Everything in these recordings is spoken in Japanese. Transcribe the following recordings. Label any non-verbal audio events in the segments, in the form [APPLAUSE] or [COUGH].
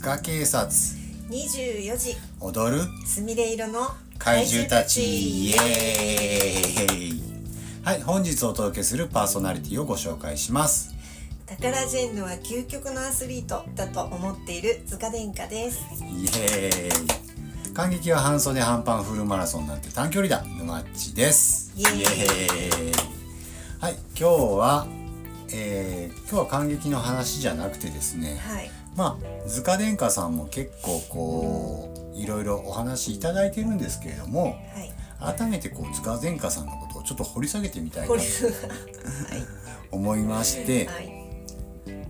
塚警察24時踊るすみれ色の怪獣たちイエーイはい本日お届けするパーソナリティをご紹介しますタカラジェンヌは究極のアスリートだと思っている塚殿下ですイエーイ感激は半袖半パンフルマラソンなんて短距離だ沼っちですイエーイイはい今日はえー今日は感激の話じゃなくてですねはいまあ塚殿下さんも結構こういろいろお話いただいてるんですけれどもはい改めてこう塚殿下さんのことをちょっと掘り下げてみたいなこれと思いまして、ははい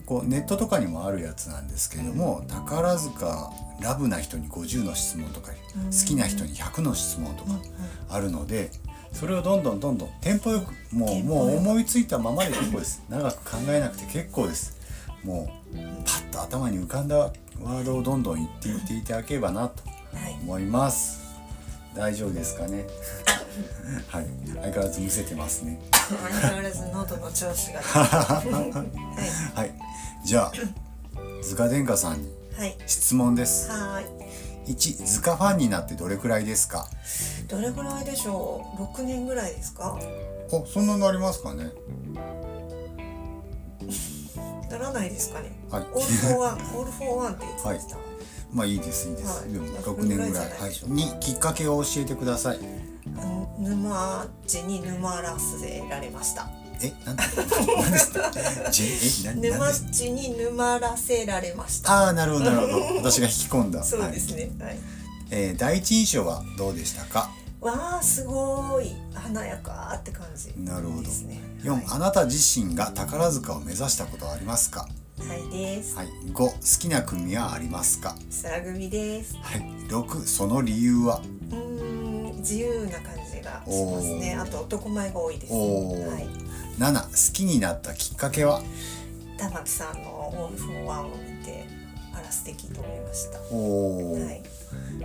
こうネットとかにもあるやつなんですけれども宝塚ラブな人に50の質問とか好きな人に100の質問とかあるのでそれをどんどんどんどんテンポよくもテうンポもようく思いついたままで結構です長く考えなくて結構ですもうパッと頭に浮かんだワードをどんどん言っていっていただければなとはい思います大丈夫ですか [LAUGHS] ねはい相変わらずむせてますね相変わらず喉の調子がははいじゃあ塚殿下さんにいはい質問ですはーい1塚ファンになってどれくらいですかどれぐらいでしょう六年ぐらいですかあそんなのありますかねならないですかねはいオールフォーワンオールフォーワンって言ってました、まあいいですいいです、はいでも6年ぐらい六年ぐらいじゃなはいいでしょうかにきっかけを教えてくださいあの沼地に沼らせられましたえなんで [LAUGHS] なんですかじえななん沼です地に沼らせられましたああなるほどなるほど私が引き込んだそうですねはいはいえー第一印象はどうでしたかわあすごい華やかって感じなるほどですね4、はいあなた自身が宝塚を目指したことはありますか、はいです、はい、5好きな組はありますか、空組ですはい、6その理由はうーん自由な感じがしますねおーあと男前が多いですおーはい7好きになったきっかけは玉木さんのオールフォーワンを見てあら素敵と思いましたはおー、い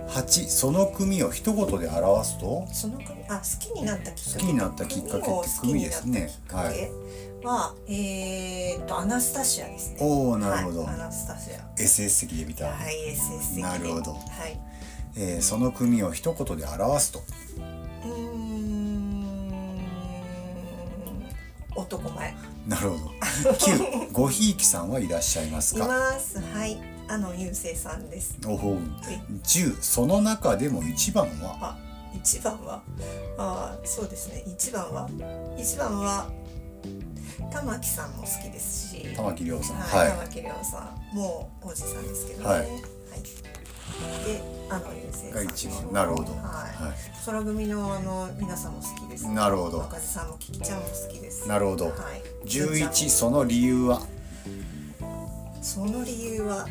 8その組を一言で表すとその組あ好きになったきっかけ好きになったきっかけって組ですね組を好きになったきっかけは、えーっとアナスタシアですねおーなるほどはい、アナスタシア SS 席で見た、はい SS 的でなるほどはいえーその組を一言で表すとうーん男前なるほ [LAUGHS] ど9ごひいきさんはいらっしゃいますいかますはいあの優勢さんですおほうはい10その中でも一番はあ一番はあーそうですね一番は一番は玉木さんも好きですし玉木亮さんはい、は玉木亮さんもうおじさんですけどねはいはいであの優勢いさがんでし一ょ番なるほどはいは空組のあの皆さんも好きですいなるほど若手さんもキキちゃんも好きですなるほどはい11その理由はその理由は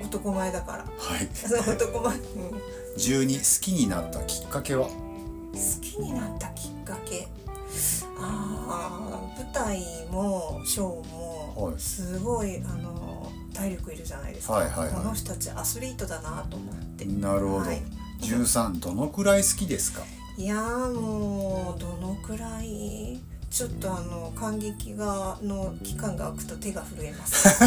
男前だ [LAUGHS] からはいその男前、うん、好12好きになったきっかけはきになったきっかけあー舞台もショーもはいすごいあの体力いるじゃないですか、はいはいはいこの人たちアスリートだなと思ってなるほどはい13どのくらい好きですかいやーもうどのくらいちょっとあの感激がの期間が空くと手が震えます [LAUGHS]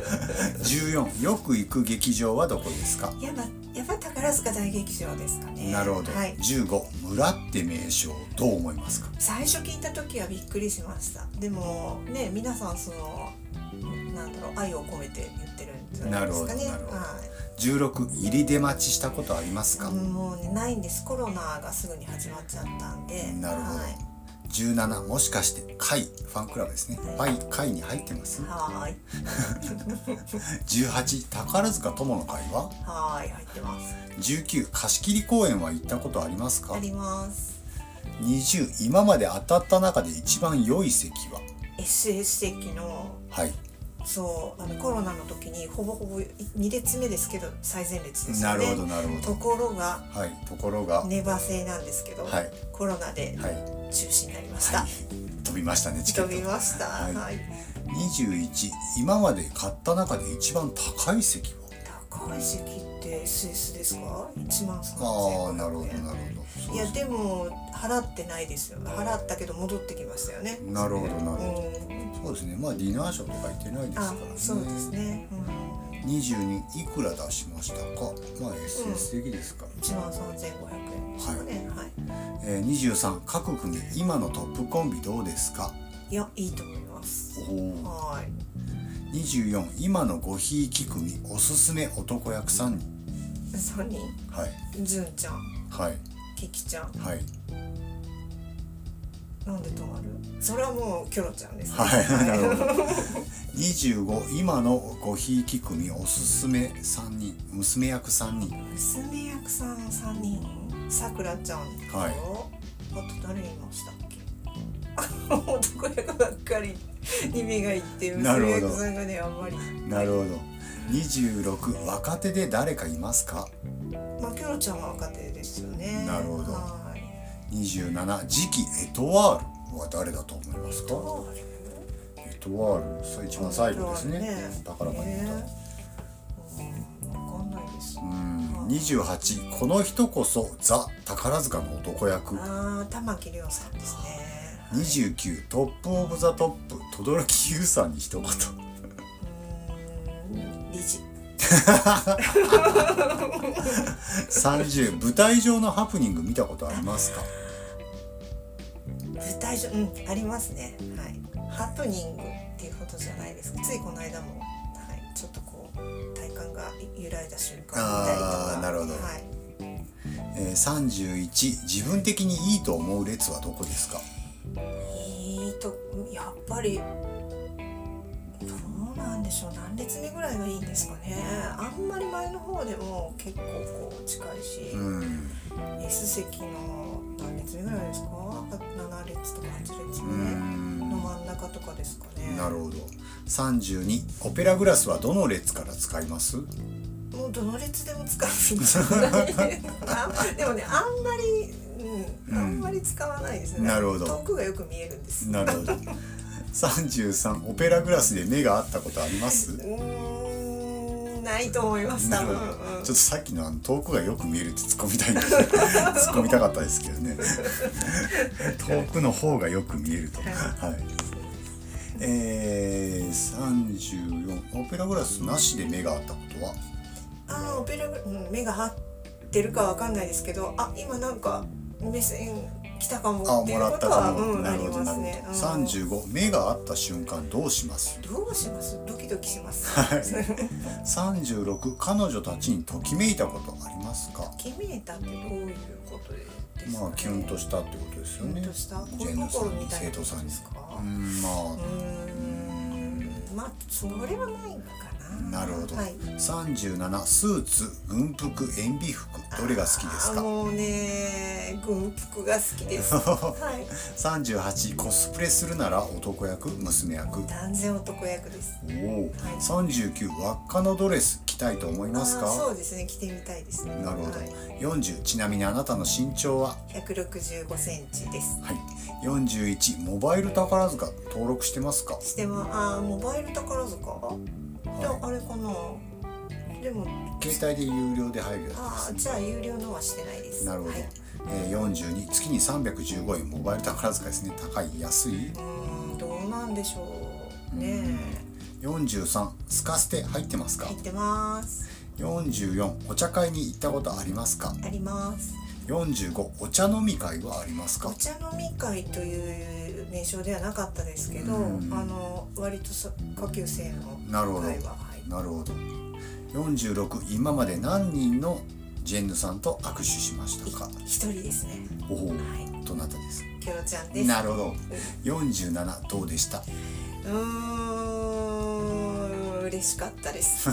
14よく行く劇場はどこですかやっぱやっぱ宝塚大劇場ですかねなるほど、はい、 15村って名称どう思いますか最初聞いた時はびっくりしましたでもね皆さんそのなんだろう愛を込めて言ってるんじゃないですかねなるほどなるは16入り出待ちしたことありますか、い、もうねないんですコロナがすぐに始まっちゃったんでなるほどはい17もしかして会ファンクラブですね会会に入ってますはーい18宝塚友の会ははーい入ってます19貸し切り公演は行ったことありますかあります20今まで当たった中で一番良い席は SS 席のはいそうあのコロナの時にほぼほぼ2列目ですけど最前列ですよなねるほどなるほとどころがはいところが、ネバ制なんですけど、はいコロナではい、中止になりました、はい、飛びましたねチケ飛びットました、はいはい21今まで買った中で一番高い席は高い席っでスイスですか1万ああなる3500ほど円なるほどそういやですでも払ってないですよ払ったけど戻ってきましたよねなるほどなるほうんどそうですねまあディナーショーとか行ってないですからあねそうですね、うん22いくら出しましたかまあ SS 的ですから、 1万3500円ですかね、はいえー23各組今のトップコンビどうですかい、やいいと思いますおおは24今のごひいき組おすすめ男役3人い3人はい純ちゃんはいキキちゃんはいなんで止まるそれはもうキョロちゃんですねはいなるほど25今のごひいき組おすすめ3人娘役3人娘役さん3人さくらちゃんと、はいあと誰いましたっけ男役ばっかりに目がいってなる娘ほど役さんがねあんまりなるほど26若手で誰かいますかまあキョロちゃんは若手ですよねなるほどはい27次期エトワールは誰だと思いますかどうエトワールそう一番最後ですね宝ねが言った、えうんわかんないですうん28この人こそザ宝塚の男役ああ玉木亮さんですね29トップオブザトップ轟優さんに一言うーん理事30舞台上のハプニング見たことありますか舞台上うんありますねはいハプニングっていうことじゃないですついこの間もはいちょっとこう体幹が揺らいだ瞬間見たありとかーなるほどはいえー31自分的にいいと思う列はどこですかいいとやっぱりどうなんでしょう何列目ぐらいがいいんですかねあんまり前の方でも結構こう近いし、うん、 S 席の何列目ぐらいですか7列とか8列う目のん、真ん中とかですかねなるほど32オペラグラスはどの列から使いますもうどの列でも使うんじゃないあでもねあんまり、うん、あんまり使わないですね、うんなるほど遠くがよく見えるんですなるほ [LAUGHS] ど33オペラグラスで目が合ったことありますうーんないと思いますな多るほ分、どうちょんっとさっきのあの遠くがよく見えるって突っ込み [LAUGHS] たいんですけど突っ込みたかったですけどね遠くの方がよく見えるとはいはいえー、34オペラグラスなしで目が合ったことはあーオペラグうん目が張ってるかわかんないですけどあ今なんか目線来たかあもっていもうらこったとかはも、うんなあるりほどなまるすほね、うんど35目が合った瞬間どうしますどうしますドキドキしまいす36彼女たちにときめいたことありますか決めたってどういうことですか、ね、まあキュンとしたってことですよねキュンとしたジェンヌさ恋ん心にみたい生な徒さんにですかうんまあ、うーんまあそれはないのかななるほど。はい、三十七スーツ、軍服、塩ビ服、どれが好きですあか。もうね軍服が好きです [LAUGHS] はい三十八コスプレするなら男役、娘役。断然男役ですおおは。い三十九輪っかのドレス着たいと思いますあーそか。うですね着てみたいですねなるほどはい、。四十ちなみにあなたの身長は。 165センチですはい。四十一モバイル宝塚登録してますか。してはあーモバイル宝塚、いやあれかなでも携帯で有料で入るやつです。あーじゃあ有料のはしてないですなるほどはい、。えー42月に315円モバイル宝塚ですね高い安いうーんどうなんでしょうね43スカステ入ってますか、入ってます44お茶会に行ったことありますかあります45お茶飲み会はありますかお茶飲み会という名称ではなかったですけど、うんあの割とさ下級生のなるほど会ははいなるほど46今まで何人のジェンヌさんと握手しましたか一人ですねおおはどなたですいキョロちゃんですなるほど47どうでしたうーん嬉しかったです [LAUGHS] い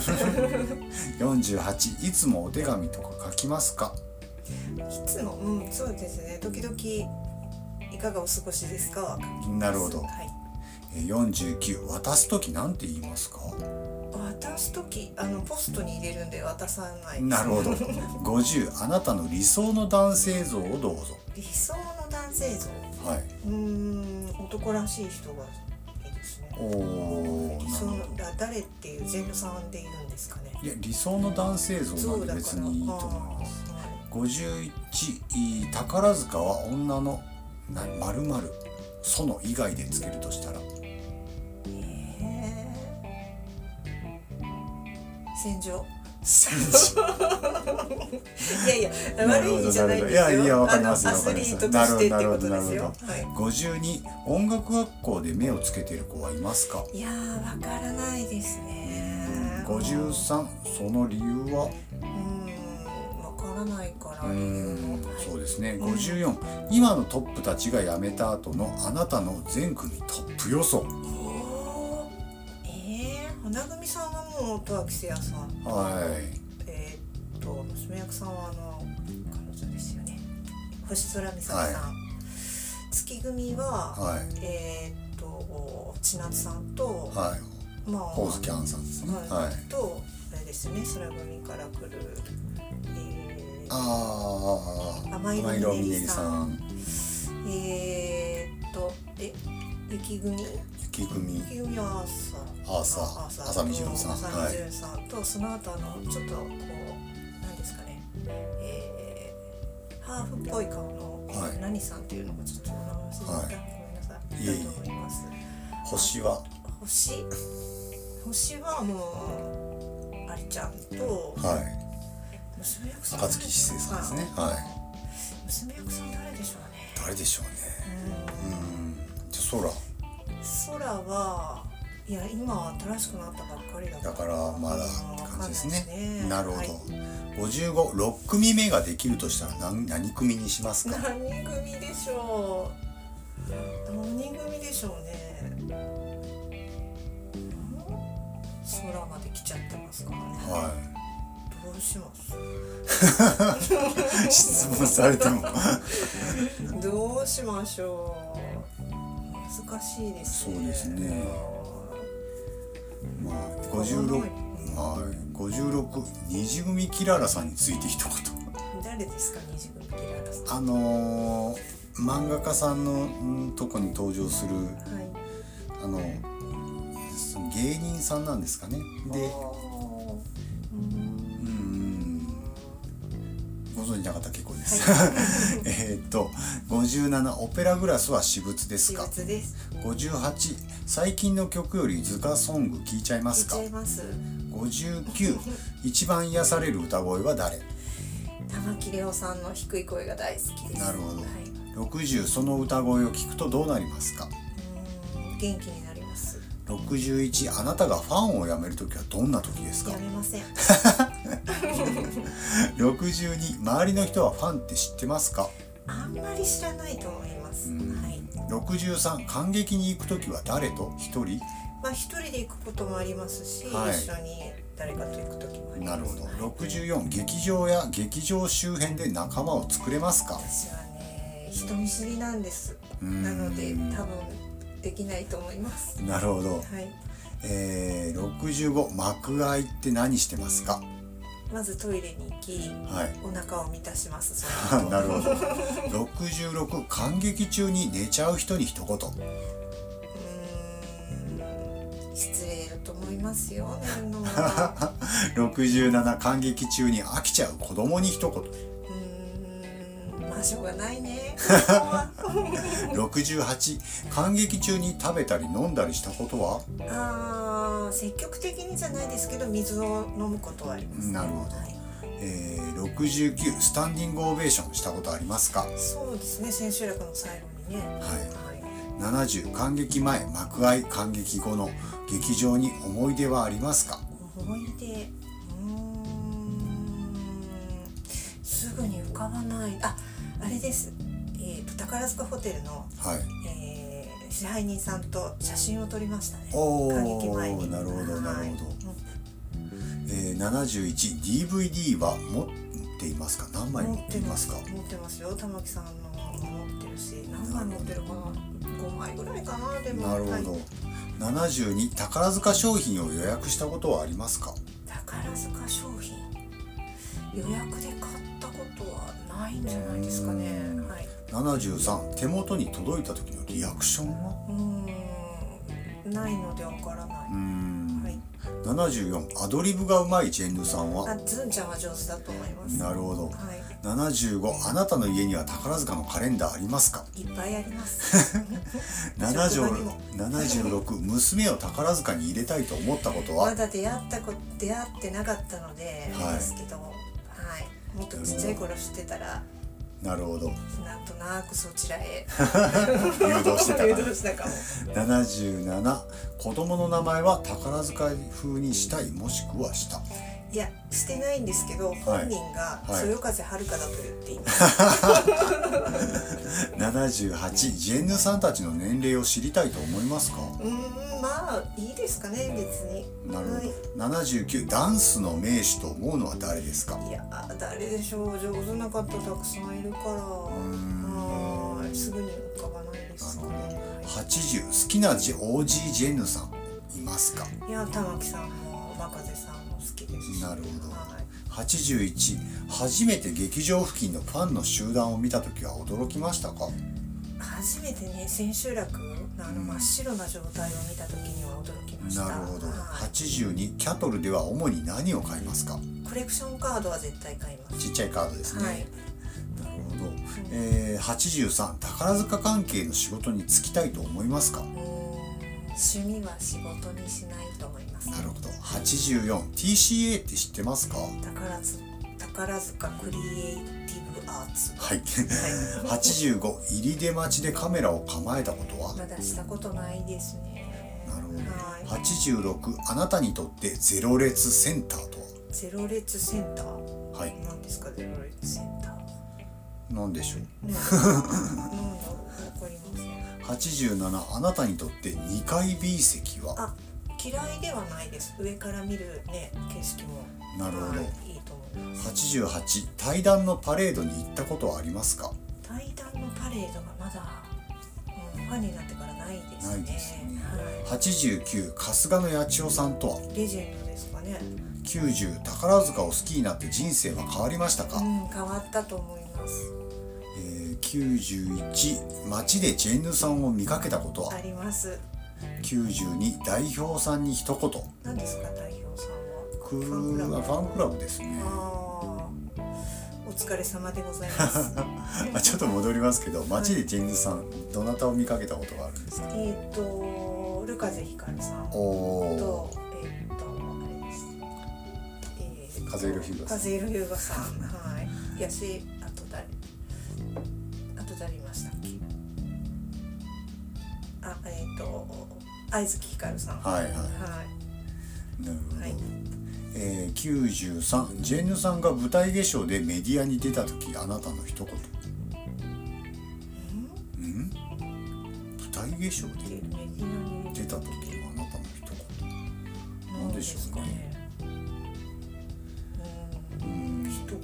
48いつもお手紙とか書きますかつもうんそうですね時々いかがお過ごしですかは書きますなるほどはいえー49渡す時なんて言いますか渡す時あのポストに入れるんで渡さないなるほ [LAUGHS] ど50あなたの理想の男性像をどうぞ理想の男性像はいうーん男らしい人がいいですねおお理想のだ誰っていうジェンルさんでいるんですかねいや理想の男性像そうなんだでか別らにいいと思いますあーはい51いい宝塚は女のな〇〇園以外でつけるとしたらへー戦場 [LAUGHS] いやいやな [LAUGHS] 悪るいほど意味じゃないんですよなるほどいやいやわかりますあよのわかりまアスすリートとしてってことですなるよほ52音楽学校で目をつけてる子はいますかはい、いやーわからないですね53その理由はうーんわからないからう理由んもはいそうですね54今のトップたちが辞めた後のあなたの全組トップ予想おーえー花組さんはもう音羽紀也さんはいえーっと娘役さんはあの彼女ですよね星空美咲さん、は月組は、はいえーっと千夏さんと、はいまあホーズキャンさんですねはいはいとあれですよね空組から来る、えーああ甘い色みねりさん甘い色みねりえーっとえ雪組さん雪組雪組はアーサアーサーー浅見純さん浅見はい純さんと、その後あのちょっとこうなんですかね、えー、ハーフっぽい顔の、はい何さんっていうのがちょっとお名前忘れちゃった、ごめんなさいいえいえだと思います星は星星はもうありちゃんとはい娘役さん暁志生さんですねはい娘役さん誰でしょうね誰でしょうねううんじゃあん空はいや今新しくなったばっかりだか空らだからまだうんわかん感なじいですねなるほはいど556組目ができるとしたら何何組にしますか何組でしょう何組でしょうねうん空まで来ちゃってますからねはいどうします質問されてもどうしましょう難しいですねそうですねまあ56はい56虹組キララさんについて一言誰ですか虹組キララさあのー漫画家さんのんとこに登場するんはいあのその芸人さんなんですかねででうんご存じなかったら結構です、 [LAUGHS] えーっと57オペラグラスは私物です私か物です58最近の曲より図鑑ソング聴いちゃいますか言っちゃいます59一番癒される歌声は誰玉木レオさんの低い声が大好きですなるほどはい、 60その歌声を聞くとどうなりますかうーん元気になります61あなたがファンを辞める時はどんな時ですかやめません62周りの人はファンって知ってますかあんまり知らないと思いますうんはい。 63感激に行く時は誰と一人まあ一人で行くこともありますし、はい一緒に誰かと行く時もありなまするほどはい64劇場や劇場周辺で仲間を作れますか私はね人見知りなんですうんなので多分できないと思いますなるほど、はいえー、65幕開って何してますかまずトイレに行きはいお腹を満たしま [LAUGHS] すその後なるほど66感激中に寝ちゃう人に一言うーん失礼だと思いますよ寝る [LAUGHS] のは67感激中に飽きちゃう子供に一うーんまあしょうがないね子供は言68感激中に食べたり飲んだりしたことはあー積極的にじゃないですけど水を飲むことはあります、なるほどはいえー、69スタンディングオベーションしたことありますかそうですね千秋楽の最後にねははいい70感激前幕開感激後の劇場に思い出はありますか思い出うーんすぐに浮かばないああれです、えー、と宝塚ホテルの、はいえー支配人さんと写真を撮りましたねおー感激前になるほどはいなるほどうんえー、71DVD は持っていますか何枚持持っってていまますすか持ってますよ玉木さんのも持ってるし何枚持ってるかな5枚ぐらいかなでもなるはほいど、72宝塚商品を予約したことはありますか宝塚商品予約で買ったことはないんじゃないですかねうんはい73手元に届いた時のリアクションはうーんないのでわからなうーい、ん、はい、 74アドリブがうまいジェンヌさんはあずんちゃんは上手だと思いますなるほどはい75あなたの家には宝塚のカレンダーありますかいっぱいあります [LAUGHS] [LAUGHS] 職場にも70 76娘を宝塚に入れたいと思ったことまはだ出会ったこ出会ってなかったので、はいあれですけど、はい、もっとちっちゃい頃知ってたらなるほどなんとなくそちらへ [LAUGHS] 誘導してた誘か導したかもら77子供の名前は宝塚風にしたいもしくはしたいやしてないんですけど本人がはいそよ風はるかだと言って [LAUGHS] います、 78ジェンヌさんたちの年齢を知りたいと思いますかうーんまあいいですかね別になるはいほど79ダンスの名手と思うのは誰ですかいやー誰でしょう上手な方たくさんいるからはーいすぐに浮かばないですね80好きなジ OG ジェンヌさんいますかいや玉木さんも若風さんも好きですしなるほどはい81初めて劇場付近のファンの集団を見た時は驚きましたか初めてね千秋楽のあの真っ白な状態を見た時には驚きましたなるほどはい82キャトルでは主に何を買いますかコレクションカードは絶対買いまちっちゃいカードですすね、はいなるほど、えー、83宝塚関係の仕事に就きたいと思いますかうーん趣味は仕事にしないと思いますなるほど 84TCA って知ってますかは宝塚宝塚クリエイティブアーツい [LAUGHS] は85入出待ちでカメラを構えたことはいまだしたことないですねなるほどはい86あなたにとってゼロ列センターとゼロ列センター。ははい何ですかゼロ列セン [LAUGHS] ター。何でしょうね、なんだろうわかりません。 87あなたにとって2階 B 席はあ、嫌いではないです。上から見るね景色も。なるほどはいいいと思います。 88対談のパレードに行ったことはありますか対談のパレードがまだ、うん、ファンになってからないですね。ないですねは。89春日の八千代さんとはいレジェンドですかね。 90宝塚を好きになって人生は変わりましたか、うん、変わったと思います。えー91街でジェンヌさんを見かけたことはあります。 92代表さんに一言何ですか代表さんは。クールはファンクラブですねあーお疲れ様でござい [LAUGHS] ます。あちょっと戻りますけど街でジェンヌさんどなたを見かけたことがあるんですかえっと、ルカゼヒカルさんおと、おえっと、あれです。えカズエルヒューガさんカズエルヒューガさん、はい、安い、あと誰。あと誰いましたっけ。あ、えっと、会津ヒカルさん。はいはいはい。ーなるほど、はいえー93ジェンヌさんが舞台化粧でメディアに出た時あなたの一言うん舞台化粧ででメディアに出た時のあなたの一言なんでしょうね。うん、一よ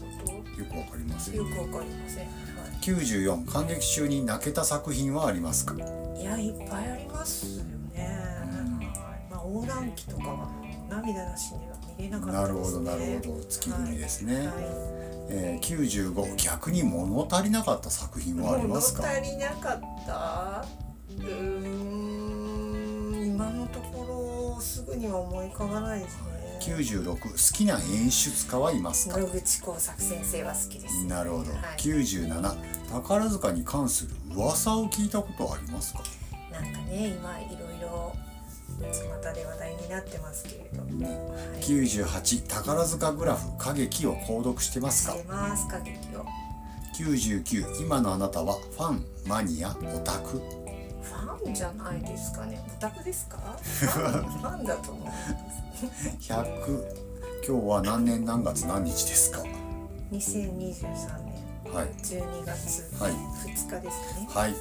くわかりません言。よくわかりません。はい。 94感激中に泣けた作品はありますかいやいっぱいありますよね。まあ黄蘭期とかは涙なしには見れなかったなでるほすどね。なるほど月組ですね、はいはえー95逆に物足りなかった作品はあい。りますか物足りなかった。うーん今のところすぐには思い浮かばないですね。 96好きな演出家はいますか野口耕作先生は好きです。なるほど、はい97宝塚に関する噂を聞いたことはありますかなんかね今いろいろ巷で話題になってますけれど。はい。知っ98宝塚グラフ歌劇を購読してますかてます歌劇を。 99今のあなたはファンマニアオタクファンじゃないですかね。オタクです [LAUGHS] か？ファンファンだと思う。 100今日は何年何月何日ですか2023年はい12月はい2日ですかね。はい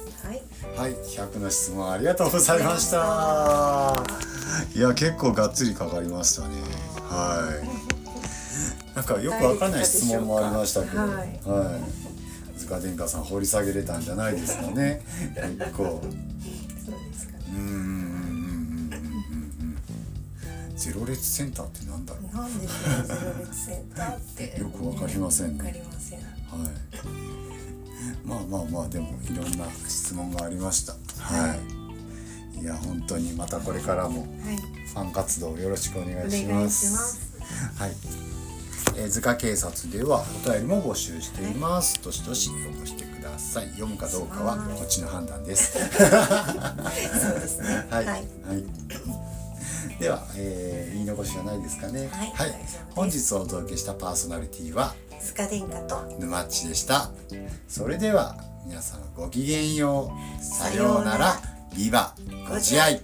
ははい。い100の質問ありがとうございましたいや結構がっつりかかりましたねはいなんかよくわからない質問もありましたけどははいい、塚殿下さん掘り下げれたんじゃないですかね結構そうですかねう。んうんうんうんうんうんゼロ列センターってなんだろうなんでしょうゼロ別センターって。よくわかりませんねわかりません。はい。まあまあまあでもいろんな質問がありました。はい。いやや本当にまたこれからもはいファン活動よろしくお願いしお願ま。いしますすはい。えー、図鑑警察ではお便りも募集しています。どしどし応募してください。読むかどうかはこっちの判断です。そうですね [LAUGHS] はい。ははいい。では、えー言い残しはないですかね。はい大丈夫です本日お届けしたパーソナリティはスカ殿下と沼っちでした。それでは皆さんごきげんよう。さようなら。ビバご自愛。